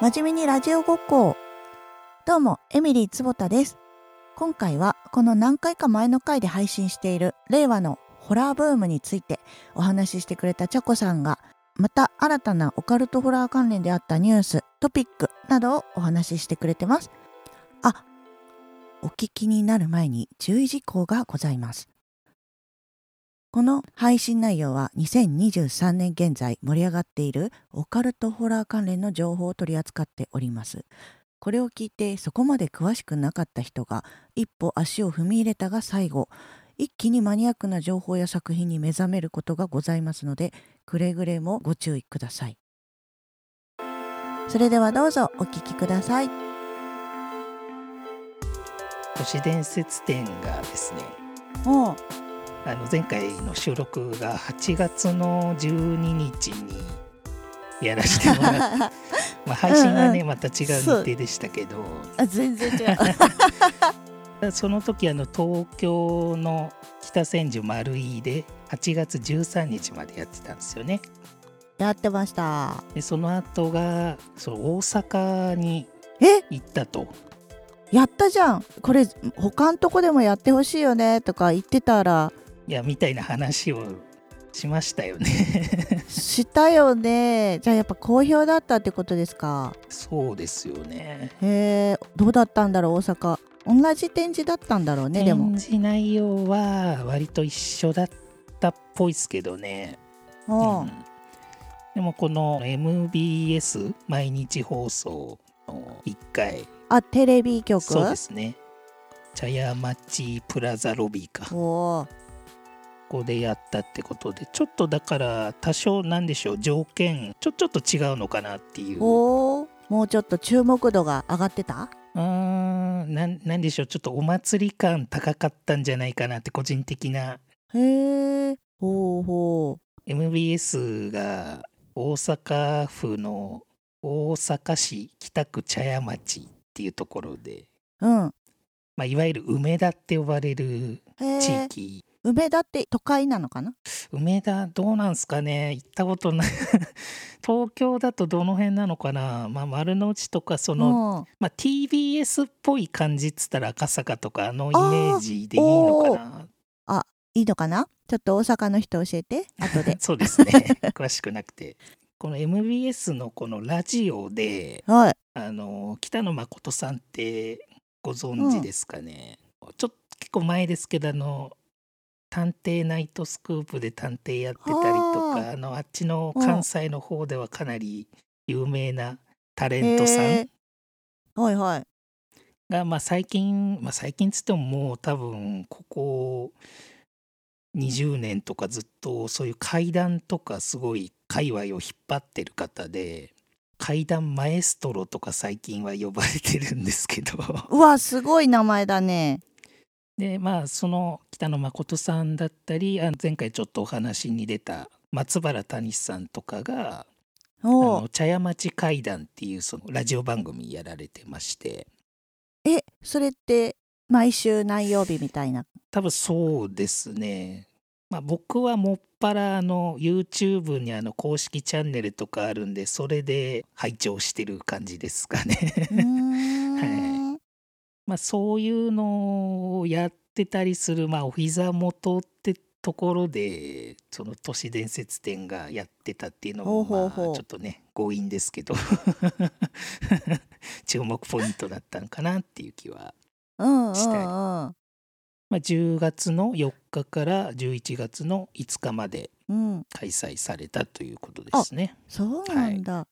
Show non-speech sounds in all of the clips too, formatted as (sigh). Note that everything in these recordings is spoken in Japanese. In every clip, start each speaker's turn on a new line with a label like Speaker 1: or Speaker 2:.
Speaker 1: 真面目にラジオごっこどうもエミリー坪田です今回はこの何回か前の回で配信している令和のホラーブームについてお話ししてくれたちゃこさんがまた新たなオカルトホラー関連であったニューストピックなどをお話ししてくれてますあお聞きになる前に注意事項がございますこの配信内容は2023年現在盛り上がっているオカルトホラー関連の情報を取り扱っておりますこれを聞いてそこまで詳しくなかった人が一歩足を踏み入れたが最後一気にマニアックな情報や作品に目覚めることがございますのでくれぐれもご注意くださいそれではどうぞお聞きください
Speaker 2: 都市伝説展がですね
Speaker 1: もう
Speaker 2: あの前回の収録が8月の12日にやらせてもらって (laughs) まあ配信がねまた違う日程でしたけど
Speaker 1: あ全然違う (laughs)
Speaker 2: その時あの東京の北千住丸井で8月13日までやってたんですよね。
Speaker 1: やってました
Speaker 2: でその後がそう大阪に
Speaker 1: え
Speaker 2: 行ったと
Speaker 1: やったじゃんこれ他んとこでもやってほしいよねとか言ってたら
Speaker 2: いやみたいな話をしましたよね。 (laughs)
Speaker 1: したよねじゃあやっぱ好評だったってことですか
Speaker 2: そうですよね。
Speaker 1: へえどうだったんだろう大阪同じ展示だったんだろうねでも
Speaker 2: 展示内容は割と一緒だったっぽいですけどね、
Speaker 1: お
Speaker 2: うん
Speaker 1: う
Speaker 2: でもこの MBS 毎日放送の1回
Speaker 1: あテレビ局
Speaker 2: そうですね茶屋町プラザロビーかこ
Speaker 1: おー
Speaker 2: こでやったってことでちょっとだから多少なんでしょう条件ちょちょっと違うのかなっていうう
Speaker 1: おーもうちょっと注目度が上がってた
Speaker 2: ーんなんなんでしょうちょっとお祭り感高かったんじゃないかなって個人的な
Speaker 1: へえほうほ
Speaker 2: MBS が大阪府の大阪市北区茶屋町っていうところで、
Speaker 1: ううん
Speaker 2: まあ、いわゆる梅田って呼ばれる
Speaker 1: へ
Speaker 2: 地
Speaker 1: え
Speaker 2: 域、
Speaker 1: 梅田って都会なのかな
Speaker 2: 梅田どうなんすかね行ったことない (laughs) 東京だとどの辺なのかな、まあ、丸の内とかその、
Speaker 1: の
Speaker 2: まあ、TBS っぽい感じっつったら赤坂とかあのイメージでいいのかない
Speaker 1: いのかなちょっと大阪の人教えて後
Speaker 2: (laughs)
Speaker 1: で
Speaker 2: そうですね詳しくなくてこの MBS のこのラジオで
Speaker 1: はい
Speaker 2: あの北野誠さんってご存知ですかね、ちょっと結構前ですけどあの「探偵ナイトスクープ」で探偵やってたりと
Speaker 1: は
Speaker 2: かあのあっちの関西の方ではかなり有名なタレントさ
Speaker 1: へ
Speaker 2: ん
Speaker 1: えはいはい
Speaker 2: が、まあ、最近、まあ、最近つってももう多分ここ20年とかずっとそういう怪談とかすごい界隈を引っ張ってる方で怪談マエストロとか最近は呼ばれてるんですけど (laughs)
Speaker 1: うわすごい名前だね
Speaker 2: でまあその北野誠さんだったりあの前回ちょっとお話に出た松原谷さんとかがあ
Speaker 1: おう
Speaker 2: の茶屋町怪談っていうそのラジオ番組やられてまして
Speaker 1: えそれって毎週何曜日みたい
Speaker 2: (laughs)
Speaker 1: な
Speaker 2: 多分そうですね。まあ、僕はもっぱらあの YouTube にあの公式チャンネルとかあるんでそれで拝聴してる感じですかね (laughs)
Speaker 1: う。ーん
Speaker 2: まあそういうのをやってたりする、まあ、お膝元ってところでその都市伝説展がやってたっていうのも
Speaker 1: ほうほうほ
Speaker 2: まあち
Speaker 1: う
Speaker 2: ょっとね強引ですけど (laughs) 注目ポイントだったのかなっていう気は
Speaker 1: うんうん
Speaker 2: し
Speaker 1: うん
Speaker 2: まあ、10月の4日から11月の5日まで
Speaker 1: うん、
Speaker 2: 開催されたということですね。
Speaker 1: そうなんだ。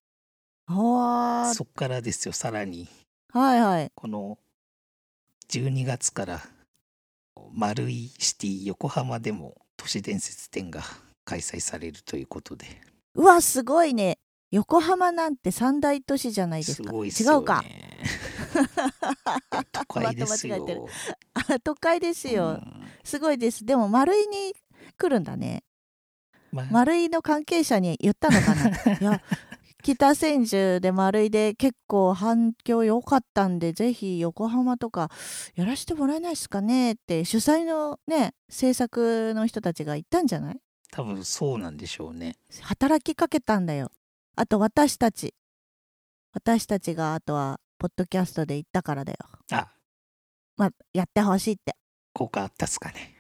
Speaker 1: は
Speaker 2: そこからですよさらに
Speaker 1: あ、はいはい。
Speaker 2: この12月から丸いシティ横浜でも都市伝説展が開催されるということで
Speaker 1: うわ、すごいね。横浜なんて三大都市じゃないです
Speaker 2: す
Speaker 1: か。
Speaker 2: ごいっす
Speaker 1: 違
Speaker 2: よ、ね、
Speaker 1: うか。(laughs)
Speaker 2: (laughs) 都会ですよ
Speaker 1: また間違えてあ都会ですよ。
Speaker 2: うん
Speaker 1: すごいです。でも、丸井に来るんだね。
Speaker 2: まあ
Speaker 1: 丸井の関係者に言ったのか
Speaker 2: (laughs)
Speaker 1: な。いや、北千住で丸井で結構反響良かったんで、ぜひ横浜とかやらせてもらえないですかねって、主催のね、制作の人たちが言ったんじゃない
Speaker 2: 多分そうなんでしょうね
Speaker 1: 働きかけたんだよあと私たち私たちがあとはポッドキャストで言ったからだよ
Speaker 2: あ
Speaker 1: まあやってほしいっ
Speaker 2: (laughs)
Speaker 1: て
Speaker 2: 効果あったっすかね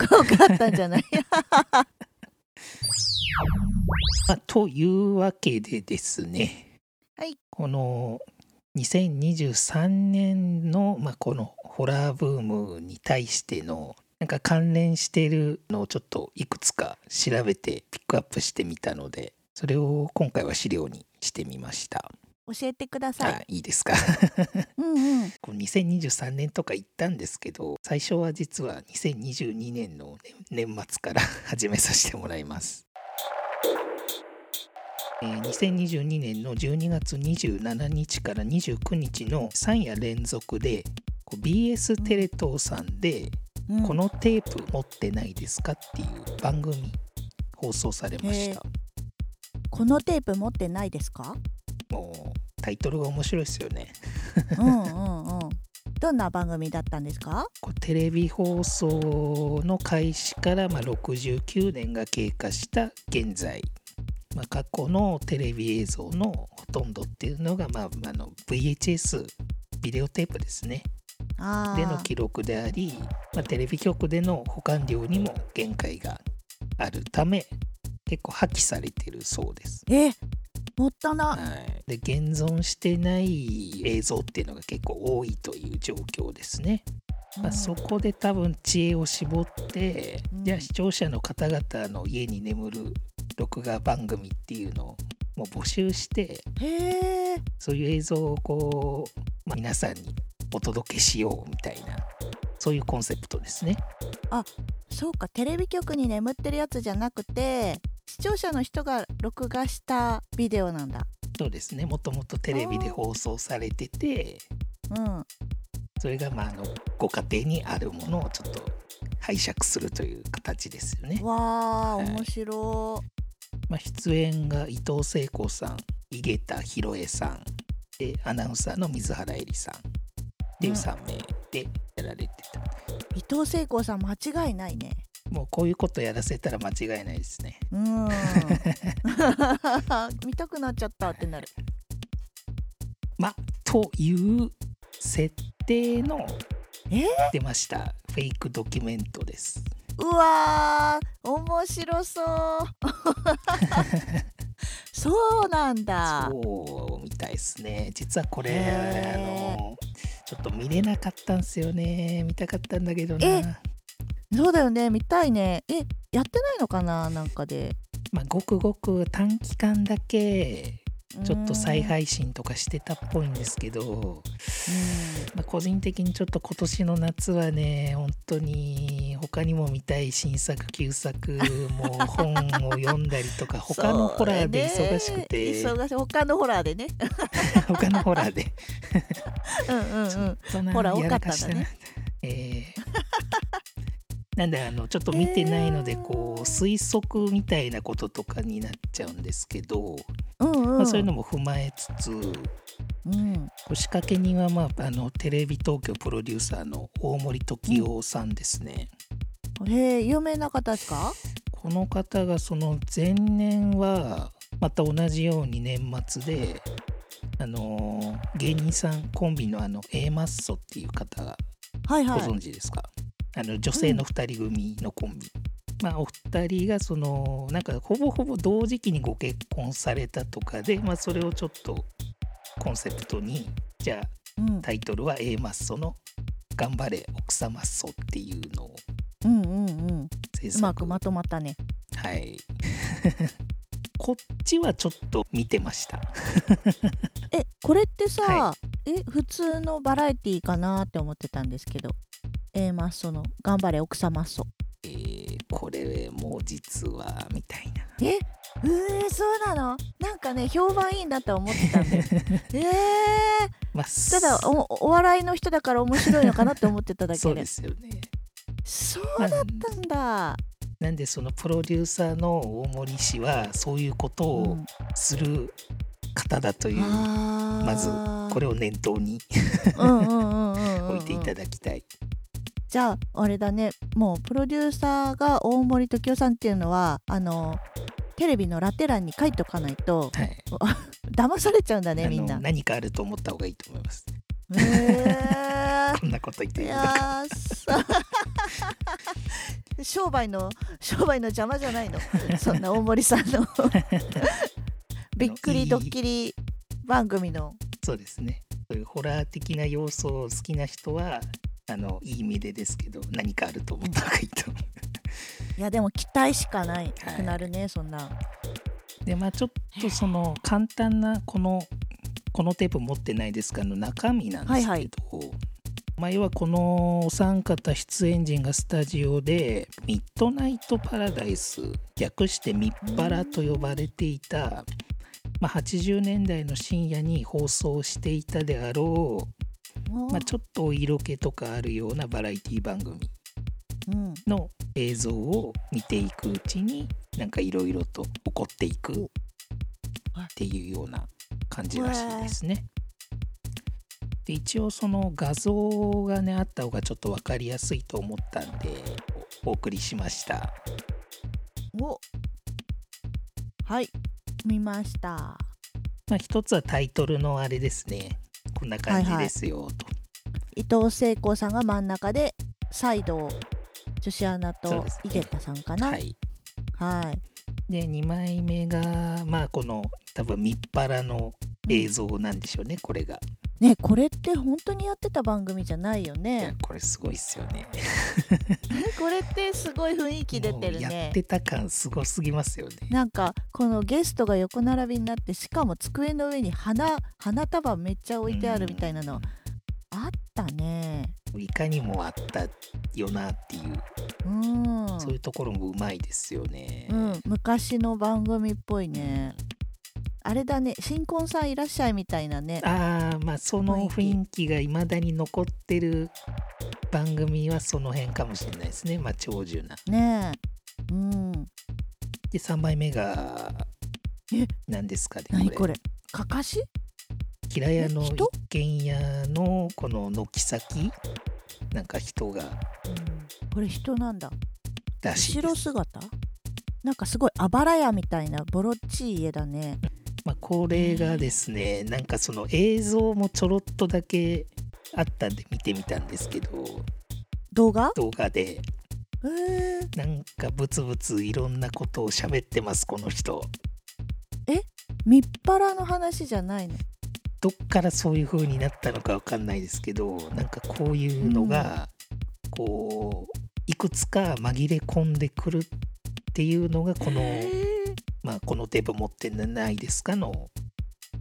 Speaker 1: 効果あったんじゃない
Speaker 2: まあ、というわけでですね、
Speaker 1: はい、
Speaker 2: この2023年の、まあ、このホラーブームに対してのなんか関連しているのをちょっといくつか調べてピックアップしてみたのでそれを今回は資料にしてみました。
Speaker 1: 教えてください
Speaker 2: あいいですか
Speaker 1: うんうん
Speaker 2: こう2023年とか言ったんですけど最初は実は2022年の年年末から (laughs) 始めさせてもらいます。えー2022年の12月27日から29日の3夜連続でこう BS テレ東さんで
Speaker 1: うん
Speaker 2: 「このテープ持ってないですか?」っていう番組放送されまし
Speaker 1: へ
Speaker 2: た。
Speaker 1: このテープ持ってないですか
Speaker 2: もうタイトルが面白いですよね。
Speaker 1: うんうんうんどんな番組だったんですか
Speaker 2: こうテレビ放送の開始からまあ69年が経過した現在、まあ、過去のテレビ映像のほとんどっていうのが、まあ、あの VHS ビデオテープですね
Speaker 1: あ
Speaker 2: での
Speaker 1: ー
Speaker 2: 記録であり、まあ、テレビ局での保管量にも限界があるため結構破棄されてるそうです。
Speaker 1: えもったいな
Speaker 2: はい、で現存してない映像っていうのが結構多いという状況ですね。
Speaker 1: い、
Speaker 2: まあ、そこで多分知恵を絞って、
Speaker 1: うん
Speaker 2: じゃあ視聴者の方々の家に眠る録画番組っていうのをもう募集して
Speaker 1: へえ
Speaker 2: そういう映像をこう、まあ皆さんにお届けしようみたいなそういうコンセプトですね。
Speaker 1: そうかテレビ局に眠ってるやつじゃなくて視聴者の人が録画したビデオなんだ
Speaker 2: そうですねもともとテレビで放送されてて
Speaker 1: うん
Speaker 2: それがまああのご家庭にあるものをちょっと拝借するという形ですよね。
Speaker 1: わあ
Speaker 2: はい
Speaker 1: 面白
Speaker 2: まあ、出演が伊藤聖子さん井桁弘恵さんでアナウンサーの水原えりさんっていう
Speaker 1: うん
Speaker 2: 3名でやられてた、
Speaker 1: い、伊藤聖子さん間違いないね
Speaker 2: もうこういうことやらせたら間違いないですね
Speaker 1: うん
Speaker 2: (laughs)
Speaker 1: 見たくなっちゃったってなる
Speaker 2: まあという設定の
Speaker 1: え
Speaker 2: 出ましたフェイクドキュメントです
Speaker 1: うわー面白そう (laughs) そうなんだ
Speaker 2: そうみたいですね実はこれ
Speaker 1: へー
Speaker 2: あのちょっと見れなかったんですよね見たかったんだけどな
Speaker 1: そうだよね見たいねえやってないのかななんかで
Speaker 2: まあごくごく短期間だけちょっと再配信とかしてたっぽいんですけど、まあ、個人的にちょっと今年の夏はね本当に他にも見たい新作旧作もう本を読んだり
Speaker 1: (laughs)
Speaker 2: とか他のホラーで忙しくて、
Speaker 1: そうね忙しい他のホラー
Speaker 2: (laughs)
Speaker 1: でね
Speaker 2: 他のホラーで
Speaker 1: うんうんうん
Speaker 2: (laughs) そんな
Speaker 1: ホラー
Speaker 2: や
Speaker 1: 多からったんだね
Speaker 2: かしてなえーなんであのちょっと見てないので
Speaker 1: えー
Speaker 2: こう推測みたいなこととかになっちゃうんですけど、
Speaker 1: うんう
Speaker 2: ま
Speaker 1: ん
Speaker 2: あ、そういうのも踏まえつつ
Speaker 1: うん
Speaker 2: こう仕掛け人は、まあ、あのテレビ東京プロデューサーの大森時夫さんですね。
Speaker 1: へえ有名な方ですか
Speaker 2: この方がその前年はまた同じように年末で、あのー芸人さんコンビのあの A マッソっていう方が
Speaker 1: はい
Speaker 2: ご
Speaker 1: はい
Speaker 2: 存知ですか、あの女性の2人組のコンビ。まあ、お二人がそのなんかほぼほぼ同時期にご結婚されたとかで、まあ、それをちょっとコンセプトにじゃあ
Speaker 1: うん
Speaker 2: タイトルは A マッソの「頑張れ奥様っそ」っていうのを
Speaker 1: うんうんうん
Speaker 2: 制
Speaker 1: う
Speaker 2: 作
Speaker 1: まくまとまったね
Speaker 2: はいこっちはちょっと見てました
Speaker 1: えこれってさ、
Speaker 2: は
Speaker 1: え普通のバラエティーかなって思ってたんですけど A マッソの「頑張れ奥様っそ
Speaker 2: えーこれも実はみたいな」
Speaker 1: えうーそうなのなんかね評判いいんだと思ってたん
Speaker 2: (laughs)
Speaker 1: ですえー、
Speaker 2: ま
Speaker 1: た
Speaker 2: あ
Speaker 1: だおお笑いの人だから面白いのかなって思ってただ
Speaker 2: (laughs) そ
Speaker 1: け
Speaker 2: う
Speaker 1: で
Speaker 2: ですよね
Speaker 1: そう
Speaker 2: まあ
Speaker 1: だったんだ、
Speaker 2: なんでそのプロデューサーの大森氏はそういうこと
Speaker 1: う
Speaker 2: を
Speaker 1: ん
Speaker 2: する方だという、
Speaker 1: あー
Speaker 2: まずこれを念頭に
Speaker 1: うんうんうんうんうんうん
Speaker 2: 置いていただきたい、
Speaker 1: じゃああれだねもうプロデューサーが大森時代さんっていうのはあのテレビのラテ欄に書いておかないと
Speaker 2: はい
Speaker 1: 騙されちゃうんだねみんな
Speaker 2: あの。何かあると思った方がいいと思
Speaker 1: (laughs)
Speaker 2: います
Speaker 1: へ
Speaker 2: こんなこと言っ
Speaker 1: ー
Speaker 2: (laughs) て
Speaker 1: い
Speaker 2: る
Speaker 1: やーさ (laughs) 商売の商売の邪魔じゃないのそんな大森さんの
Speaker 2: (laughs)
Speaker 1: びっくりドッキリ番組の
Speaker 2: そうですねそういうホラー的な要素を好きな人はあのいい意味でですけど何かあると思った方がいいと思う
Speaker 1: いやでも期待しかない
Speaker 2: はい
Speaker 1: くなるねそんな
Speaker 2: (laughs) でまあちょっとその簡単なこのこのテープ持ってないですかの中身なんですけど、
Speaker 1: はいはい
Speaker 2: まあ、要はこのお三方出演陣がスタジオで「ミッドナイト・パラダイス」略して「ミッパラ」と呼ばれていた、まあ、80年代の深夜に放送していたであろ
Speaker 1: も
Speaker 2: う、
Speaker 1: う
Speaker 2: まあ、ちょっとお色気とかあるようなバラエティ番組
Speaker 1: うん
Speaker 2: の映像を見ていくうちになんかいろいろと起こっていくっていうような感じらしいですね。で一応その画像がねあった方がちょっと分かりやすいと思ったんでおお送りしました。
Speaker 1: おはい見ました
Speaker 2: まあ、一つはタイトルのあれですねこんな感じですよと。
Speaker 1: 伊藤聖子さんが真ん中でサイドを女子アナ
Speaker 2: そう
Speaker 1: と
Speaker 2: ですね
Speaker 1: 井桁さんかな
Speaker 2: は
Speaker 1: はい
Speaker 2: い、
Speaker 1: はい
Speaker 2: で2枚目がまあこの多分ミッパラの映像なんでしょうねこれが。
Speaker 1: ねこれって本当にやってた番組じゃないよ
Speaker 2: いや
Speaker 1: ね
Speaker 2: これすごいっすよね。
Speaker 1: これってすごい雰囲気出てる
Speaker 2: もうや
Speaker 1: ね
Speaker 2: ってた感すごすぎますよね。
Speaker 1: なんかこのゲストが横並びになってしかも机の上に花花束めっちゃ置いてあるみたいなのあったね
Speaker 2: うん。いかにもあったよなっていう、
Speaker 1: うん
Speaker 2: そういうところもうまいですよね。
Speaker 1: うん、昔の番組っぽいねあれだね新婚さんいらっしゃいみたいなね
Speaker 2: ああまあその雰囲気がいまだに残ってる番組はその辺かもしれないですね、まあ、長寿な。
Speaker 1: ねえうん
Speaker 2: で3枚目が
Speaker 1: え
Speaker 2: 何ですかね
Speaker 1: 何これかかし
Speaker 2: 平屋の
Speaker 1: え
Speaker 2: 一
Speaker 1: 人
Speaker 2: 軒家のこの軒先なんか人が
Speaker 1: これ人なんだ
Speaker 2: らしい
Speaker 1: 後
Speaker 2: で
Speaker 1: ろ
Speaker 2: す
Speaker 1: 姿なんかすごいあばら屋みたいなボロっちい家だね
Speaker 2: まあ、これがですねなんかその映像もちょろっとだけあったんで見てみたんですけど
Speaker 1: 動画
Speaker 2: 動画で
Speaker 1: へえ
Speaker 2: なんかブツブツいろんなことを喋ってますこの人
Speaker 1: みっぱらの話じゃないの
Speaker 2: どっからそういう風になったのかわかんないですけどなんかこういうのがこういくつか紛れ込んでくるっていうのがこの
Speaker 1: へ
Speaker 2: 「まあ、このテープ持ってないですか?」の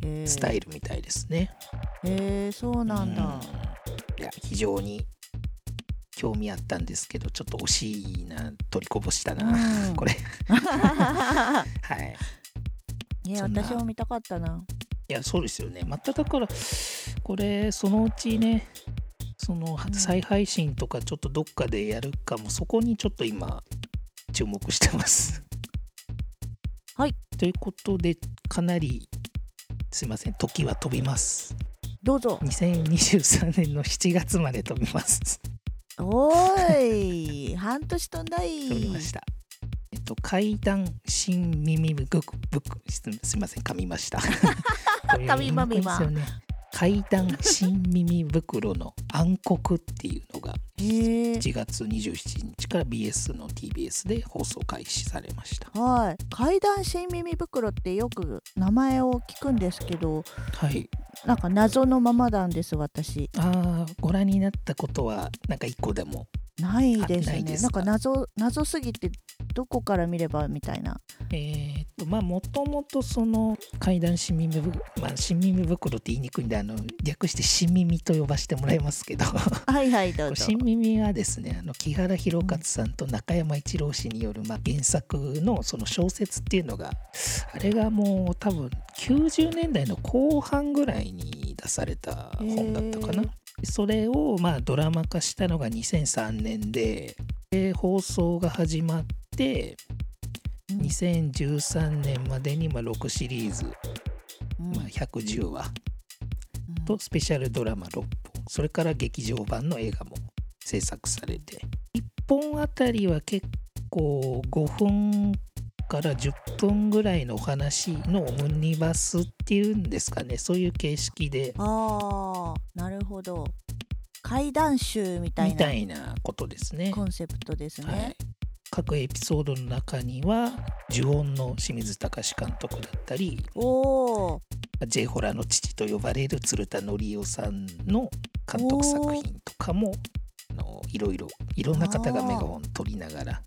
Speaker 1: え
Speaker 2: スタ
Speaker 1: ル
Speaker 2: イルみたいですね。
Speaker 1: へえそうなんだ
Speaker 2: うんいや非常に興味あったんですけどちょっと惜しいな取りこぼしたな、
Speaker 1: うん
Speaker 2: これ (laughs)
Speaker 1: (laughs)
Speaker 2: はい
Speaker 1: いや
Speaker 2: そんな
Speaker 1: 私も見たかったない
Speaker 2: やそうですよねまただからこれそのうちねその
Speaker 1: ん
Speaker 2: 再配信とかちょっとどっかでやるかもそこにちょっと今注目してます
Speaker 1: はい
Speaker 2: ということでかなりすいません時は飛びます
Speaker 1: どうぞ
Speaker 2: 2023年の7月まで飛びます
Speaker 1: おーい半年とんだい
Speaker 2: 読みました。えっと、怪談新耳ブックブックすすみません噛みま (laughs) した。
Speaker 1: 噛みまみま
Speaker 2: これういですよね怪談新耳袋の暗黒っていうのが
Speaker 1: へえ
Speaker 2: 1月27日から BS の TBS で放送開始されました。
Speaker 1: はい怪談新耳袋ってよく名前を聞くんですけど
Speaker 2: はい。
Speaker 1: なんか謎のままなんです私
Speaker 2: ああご覧になったことはなんか一個でも、
Speaker 1: ないです
Speaker 2: あな
Speaker 1: ね
Speaker 2: いです
Speaker 1: な
Speaker 2: か
Speaker 1: んか謎謎すぎてどこから見ればみたいな
Speaker 2: えーっとまあもともとその怪談新耳袋まあ新耳袋って言いにくいんであの略して新耳と呼ばせてもらいますけど。
Speaker 1: はいはいどうぞ
Speaker 2: 新耳はですねあの木原博勝さんと中山一郎氏による、まあ、原作のその小説っていうのがあれがもう多分90年代の後半ぐらいに出された本だったかな
Speaker 1: へー。
Speaker 2: それをまあドラマ化したのが2003年でで放送が始まって
Speaker 1: うん
Speaker 2: 2013年までにまあ6シリーズ、
Speaker 1: うん
Speaker 2: まあ、110話
Speaker 1: うん
Speaker 2: とスペシャルドラマ6本それから劇場版の映画も制作されて1本あたりは結構5分から10分ぐらいのお話のオムニバスっていうんですかねそういう形式で
Speaker 1: あーなるほど怪談集みたい
Speaker 2: み
Speaker 1: な
Speaker 2: たいなことですね。
Speaker 1: コンセプトですね、
Speaker 2: はい、各エピソードの中には呪音の清水隆監督だったり
Speaker 1: おお
Speaker 2: J ホラーの父と呼ばれる鶴田則夫さんの監督作品とかもあのいろいろいろんな方がメガホン取りながら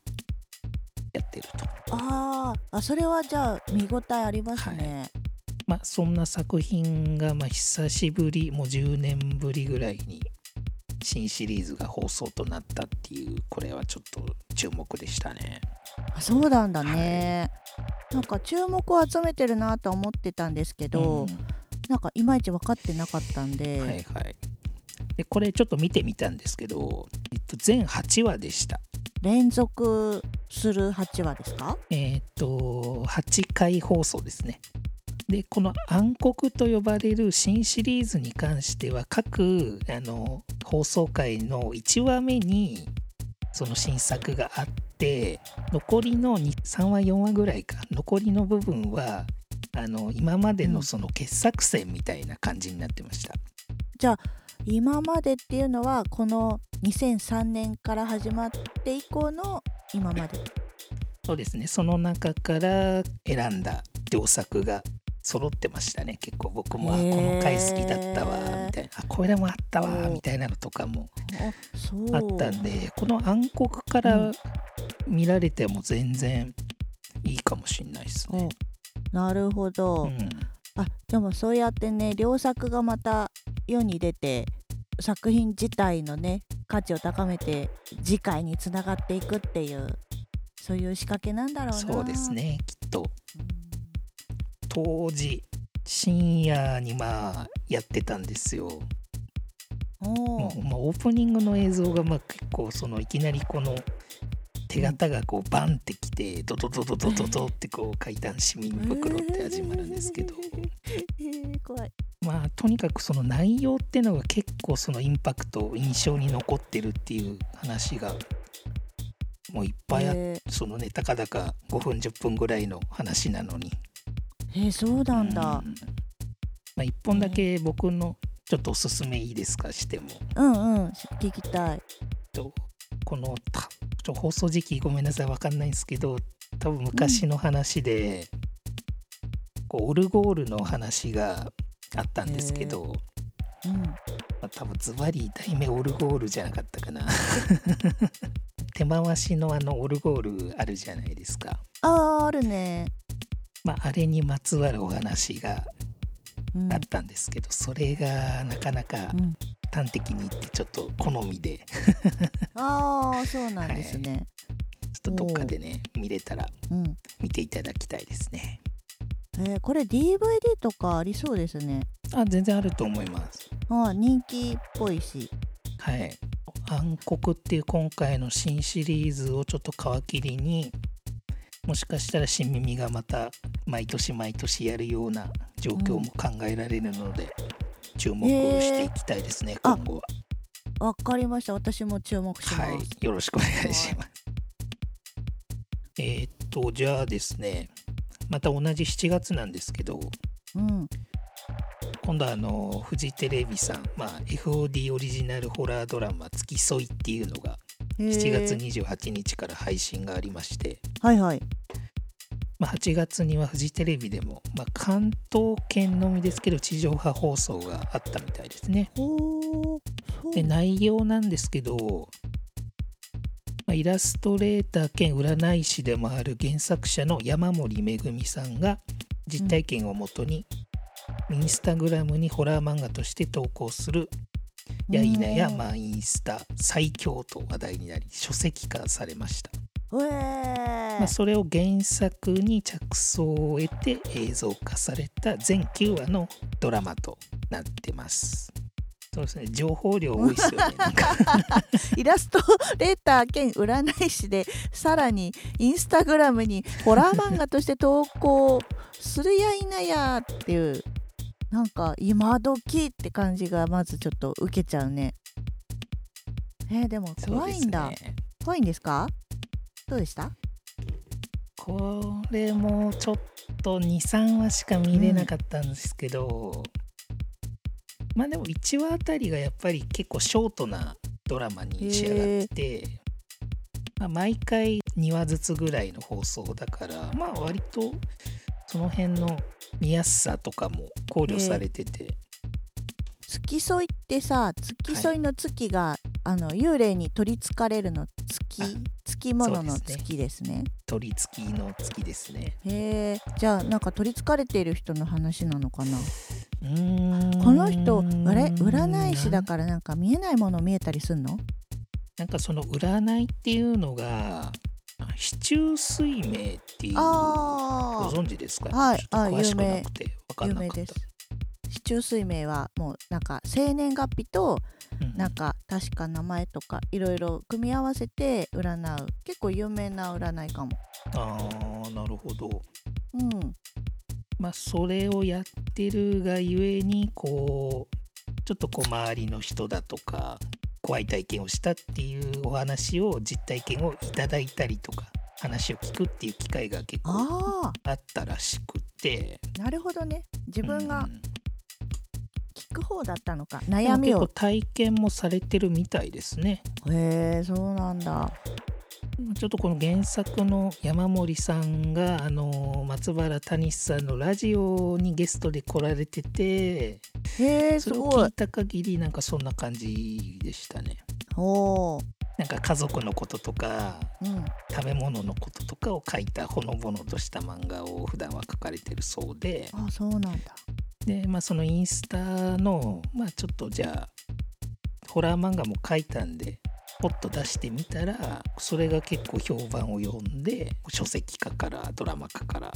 Speaker 2: やってると
Speaker 1: あーあそれはじゃあ見応えありますね、
Speaker 2: まあそんな作品がまあ久しぶりもう10年ぶりぐらいに新シリーズが放送となったっていうこれはちょっと注目でしたね。
Speaker 1: あそうなんだね、なんか注目を集めてるなとは思ってたんですけど、
Speaker 2: うん
Speaker 1: なんかいまいち分かってなかったんで、
Speaker 2: はいはい、でこれちょっと見てみたんですけど、えっと、全8話でした。
Speaker 1: 連続する8話ですか
Speaker 2: えーっと8回放送ですね。でこの「暗黒」と呼ばれる新シリーズに関しては各あの放送回の1話目にその新作があって残りのに3話4話ぐらいか残りの部分はあの今まで
Speaker 1: う
Speaker 2: の
Speaker 1: ん
Speaker 2: その傑作選みたいな感じになってました。
Speaker 1: 今までっていうのはこの2003年から始まって以降の今まで
Speaker 2: そうですねその中から選んだ良作が揃ってましたね結構僕もあこ
Speaker 1: へー
Speaker 2: の回好きだったわみたいなあこれもあったわみたいなのとかも
Speaker 1: あそう
Speaker 2: あったんでこの暗黒から見られても全然いいかもしんないですね。
Speaker 1: なるほど、
Speaker 2: うん
Speaker 1: あでもそうやってね良作がまた世に出て作品自体のね価値を高めて次回につながっていくっていうそういう仕掛けなんだろうな
Speaker 2: そうです、ねきっ
Speaker 1: う
Speaker 2: と
Speaker 1: ん
Speaker 2: 当時深夜にまあやってたんですよ。
Speaker 1: お
Speaker 2: も
Speaker 1: ー
Speaker 2: うまあ、オープニングの映像がまあ結構そのいきなりこの手形がこうバンってきてドドドドドドドってこう階段市民袋って始まるんですけど
Speaker 1: えー怖い
Speaker 2: まあとにかくその内容ってのが結構そのインパクト印象に残ってるっていう話がもういっぱいあって、
Speaker 1: え
Speaker 2: そのねたかだか5分10分ぐらいの話なのに
Speaker 1: ーえーそうなんだ
Speaker 2: う、んまあ、1本だけ僕のちょっとおすすめいいですかしても
Speaker 1: うん、うん聞きたい
Speaker 2: えっとこのたちょ放送時期ごめんなさいわかんないんですけど多分昔の話で、こうオルゴールの話があったんですけど、
Speaker 1: うん
Speaker 2: まあ、多分ズバリ題名オルゴールじゃなかったかな手回しのあのオルゴールあるじゃないですか、
Speaker 1: あーあるね、
Speaker 2: まあ、あれにまつわるお話が
Speaker 1: うん
Speaker 2: あったんですけど、それがなかなか
Speaker 1: うん、
Speaker 2: 端的に言ってちょっと好みで
Speaker 1: ああそうなんですね、
Speaker 2: ちょっとどっかでね見れたら
Speaker 1: うん
Speaker 2: 見ていただきたいですね。
Speaker 1: えーこれ DVD とかありそうですね
Speaker 2: あ全然あると思います。
Speaker 1: あー人気っぽいし
Speaker 2: はい。暗黒っていう今回の新シリーズをちょっと皮切りにもしかしたら新耳がまた毎年毎年やるような状況も考えられるので、注目をしていきたいですね、
Speaker 1: えー
Speaker 2: 今後は。
Speaker 1: わかりました。私も注目します。
Speaker 2: はい、よろしくお願いします。えーっとじゃあですねまた同じ7月なんですけど
Speaker 1: うん。
Speaker 2: 今度はあのフジテレビさん、まあ、FOD オリジナルホラードラマ「付き添い」っていうのが7月
Speaker 1: に。
Speaker 2: 28日から配信がありまして、
Speaker 1: はいはい。
Speaker 2: まあ、8月にはフジテレビでも、まあ、関東圏のみですけど地上波放送があったみたいですね。
Speaker 1: ほーそう
Speaker 2: で内容なんですけど、まあ、イラストレーター兼占い師でもある原作者の山森めぐみさんが実体験をもとに、インスタグラムにホラー漫画として投稿する「やいなや
Speaker 1: うん
Speaker 2: マインスタ最強」と話題になり書籍化されました。
Speaker 1: うえー
Speaker 2: まあ、それを原作に着想を得て映像化された全9話のドラマとなってます。そうですね、情報量多いですよね。なんか
Speaker 1: イラストレーター兼占い師でさらにインスタグラムにホラー漫画として投稿するやいなやっていうなんか今時って感じがまずちょっと受けちゃうね (laughs) えーでも怖いんだ、
Speaker 2: そうですね
Speaker 1: 怖いんですかどうでした
Speaker 2: これもちょっと23話しか見れなかったんですけど、まあでも1話あたりがやっぱり結構ショートなドラマに仕上がってて、まあ、毎回2話ずつぐらいの放送だからまあ割とその辺の見やすさとかも考慮されてて、
Speaker 1: 付き添いってさ付き添いの月が、あの幽霊に取りつかれるの月
Speaker 2: あ
Speaker 1: 付き物の
Speaker 2: そうですね
Speaker 1: 月ですね
Speaker 2: 取り付きの月ですね。
Speaker 1: へえじゃあなんか取りつかれている人の話なのかな
Speaker 2: うーん
Speaker 1: この人あれ占い師だからなんか見えないもの見えたりすんの
Speaker 2: なんかその占いっていうのが市中水明っていうご
Speaker 1: あ
Speaker 2: 存知ですか、
Speaker 1: はい
Speaker 2: ちょっと
Speaker 1: あ
Speaker 2: 詳しくなくて分
Speaker 1: あ
Speaker 2: かん
Speaker 1: 有
Speaker 2: なか
Speaker 1: 名
Speaker 2: った
Speaker 1: です市中水明はもうなんか生年月日と
Speaker 2: うん
Speaker 1: なんか確か名前とかいろいろ組み合わせて占う結構有名な占いかも
Speaker 2: あーなるほど
Speaker 1: うん
Speaker 2: まあそれをやってるがゆえにこうちょっとこう周りの人だとか怖い体験をしたっていうお話を実体験をいただいたりとか話を聞くっていう機会が結構
Speaker 1: あ
Speaker 2: あったらしくて
Speaker 1: あなるほどね自分
Speaker 2: う
Speaker 1: が
Speaker 2: ん
Speaker 1: 聞く方だったのか悩み
Speaker 2: でも
Speaker 1: を
Speaker 2: 結構体験もされてるみたいですね
Speaker 1: へえそうなんだ
Speaker 2: ちょっとこの原作の山森さんがあの松原谷さんのラジオにゲストで来られてて
Speaker 1: へえす
Speaker 2: それを
Speaker 1: ご
Speaker 2: 聞い
Speaker 1: い
Speaker 2: た限りなんかそんな感じでしたね
Speaker 1: おお
Speaker 2: なんか家族のこととか
Speaker 1: うん
Speaker 2: 食べ物のこととかを書いたほのぼのとした漫画を普段は書かれてるそうで
Speaker 1: あそうなんだ
Speaker 2: でまあそのインスタのまあちょっとじゃあホラー漫画も書いたんでポッと出してみたらそれが結構評判を呼んで書籍化からドラマ化から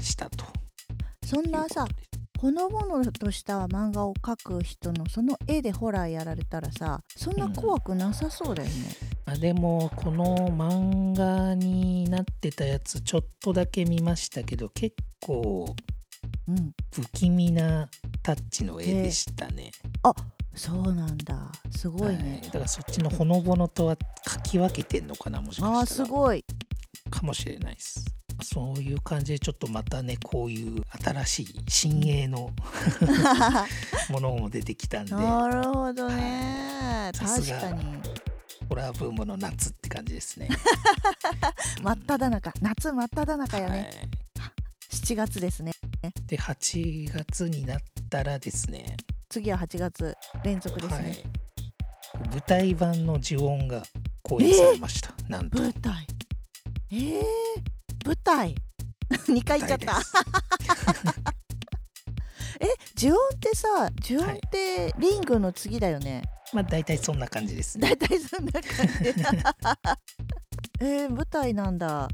Speaker 2: したと
Speaker 1: そん
Speaker 2: いうこ
Speaker 1: な
Speaker 2: と
Speaker 1: さ
Speaker 2: です。
Speaker 1: ほのぼのとした漫画を描く人のその絵でホラーやられたらさそんな怖くなさそうだよね、
Speaker 2: あでもこの漫画になってたやつちょっとだけ見ましたけど結構
Speaker 1: うん
Speaker 2: 不気味なタッチの絵でしたね。
Speaker 1: そうなんだすごいね
Speaker 2: は、だからそっちのほのぼのとは書き分けてんのかなもしかしたら
Speaker 1: あーすごい
Speaker 2: かもしれないです。そういう感じでちょっとまたねこういう新しい新鋭のものも出てき (laughs) たんで
Speaker 1: なるほどね
Speaker 2: さす
Speaker 1: 確
Speaker 2: が
Speaker 1: かに
Speaker 2: ホラーブームの夏って感じですね。
Speaker 1: 真っ只中夏真っ只中やね、
Speaker 2: はい
Speaker 1: 7月ですね
Speaker 2: で8月になったらですね
Speaker 1: 次は8月連続です
Speaker 2: は
Speaker 1: ね、
Speaker 2: い、舞台版の呪音が公演されました、なんと
Speaker 1: 舞台えー、舞台 (laughs) 2回言っちゃった
Speaker 2: 舞台です
Speaker 1: え呪音ってさ呪音ってリングの次だよね、
Speaker 2: まあ大体そんな感じです
Speaker 1: 大
Speaker 2: ね
Speaker 1: 体そんな感
Speaker 2: (laughs)
Speaker 1: じえー、舞台なんだ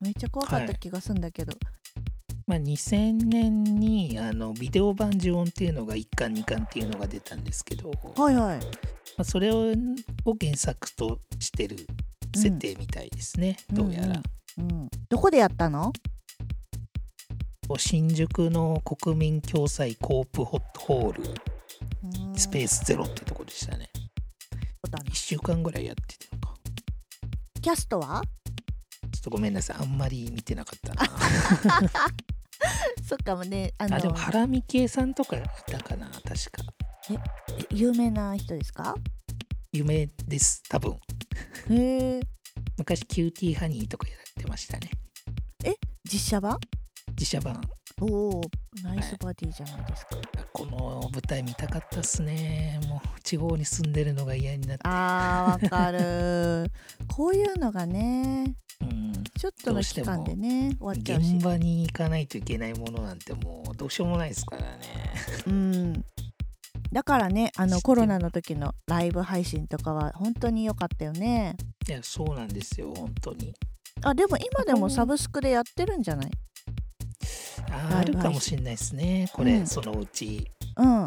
Speaker 1: めっちゃ怖かった気がすんだけど、
Speaker 2: まあ、2000年にあのビデオ版呪音っていうのが1巻2巻っていうのが出たんですけど、ま
Speaker 1: はい、はい
Speaker 2: あ、それを原作としてる設定みたいですね、
Speaker 1: うん
Speaker 2: どうやら、
Speaker 1: うん、どこでやったの
Speaker 2: 新宿の国民共済コープホットホールスペ
Speaker 1: ー
Speaker 2: ースゼロってとこでしたね
Speaker 1: スだね
Speaker 2: 1週間ぐらいやってたのか
Speaker 1: キャストは
Speaker 2: ちょっとごめんなさいあんまり見てなかったな
Speaker 1: そっかもねあの
Speaker 2: あでもハラミ系さんとかいたかな確か
Speaker 1: 有名な人です
Speaker 2: (laughs)
Speaker 1: か
Speaker 2: 夢です多分
Speaker 1: へえ
Speaker 2: 昔キューティーハニーとかやってましたね
Speaker 1: 実写版
Speaker 2: 自社版
Speaker 1: おおナイスバディじゃないですか、
Speaker 2: この舞台見たかったっすねもう地方に住んでるのが嫌になって
Speaker 1: あーわかるーこういうのがね
Speaker 2: うん
Speaker 1: ちょっとの期間でね終わっちゃうし
Speaker 2: 現場に行かないといけないものなんてもうどうしようもないですからね
Speaker 1: うんだからねあ
Speaker 2: 知って
Speaker 1: の
Speaker 2: る
Speaker 1: コロナの時のライブ配信とかは本当に良かったよね
Speaker 2: いやそうなんですよ本当に
Speaker 1: あでも今でもサブスクでやってるんじゃない
Speaker 2: あ
Speaker 1: ラ
Speaker 2: あ
Speaker 1: イブ配信
Speaker 2: るかもしれないですねこれ、
Speaker 1: うん
Speaker 2: そのうち、
Speaker 1: うん
Speaker 2: う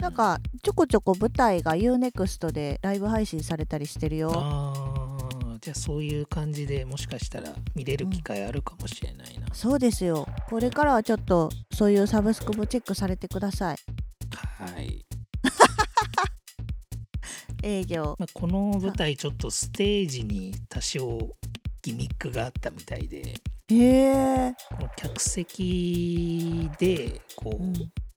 Speaker 1: なんかちょこちょこ舞台が UNEXT でライブ配信されたりしてるよ
Speaker 2: あーじゃあそういう感じでもしかしたら見れる機会あるかもしれないな、
Speaker 1: そうですよこれからはちょっとそういうサブスクもチェックされてください
Speaker 2: はい
Speaker 1: 営業
Speaker 2: まあ、この舞台ちょっとステージに多少ギミックがあったみたいで
Speaker 1: へえ。
Speaker 2: この客席でこう、
Speaker 1: うん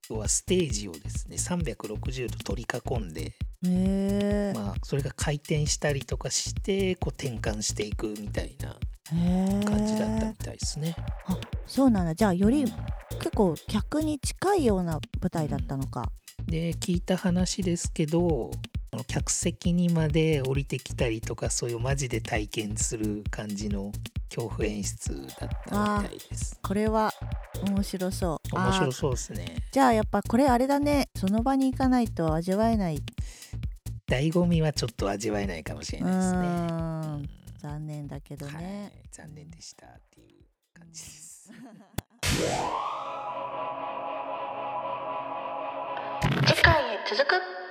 Speaker 2: 要はステージをですね360度取り囲んで、
Speaker 1: へえ。
Speaker 2: まあ、それが回転したりとかしてこう転換していくみたいな
Speaker 1: へえ。
Speaker 2: 感じだったみたいですね。
Speaker 1: そうなんだ。じゃあより
Speaker 2: うん
Speaker 1: 結構客に近いような舞台だったのか。
Speaker 2: で聞いた話ですけどその客席にまで降りてきたりとかそういうマジで体験する感じの恐怖演出だったみたいです。
Speaker 1: これは面白そう。
Speaker 2: 面
Speaker 1: あ
Speaker 2: 白
Speaker 1: ー
Speaker 2: そうですね。
Speaker 1: じゃあやっぱこれあれだね。その場に行かないと味わえない。
Speaker 2: 醍醐味はちょっと味わえないかもしれ
Speaker 1: う
Speaker 2: ないですね。
Speaker 1: ー
Speaker 2: うん
Speaker 1: ん。残念だけど
Speaker 2: はい
Speaker 1: ね。、
Speaker 2: 残念でしたっていう感じです。
Speaker 3: 次回へ続く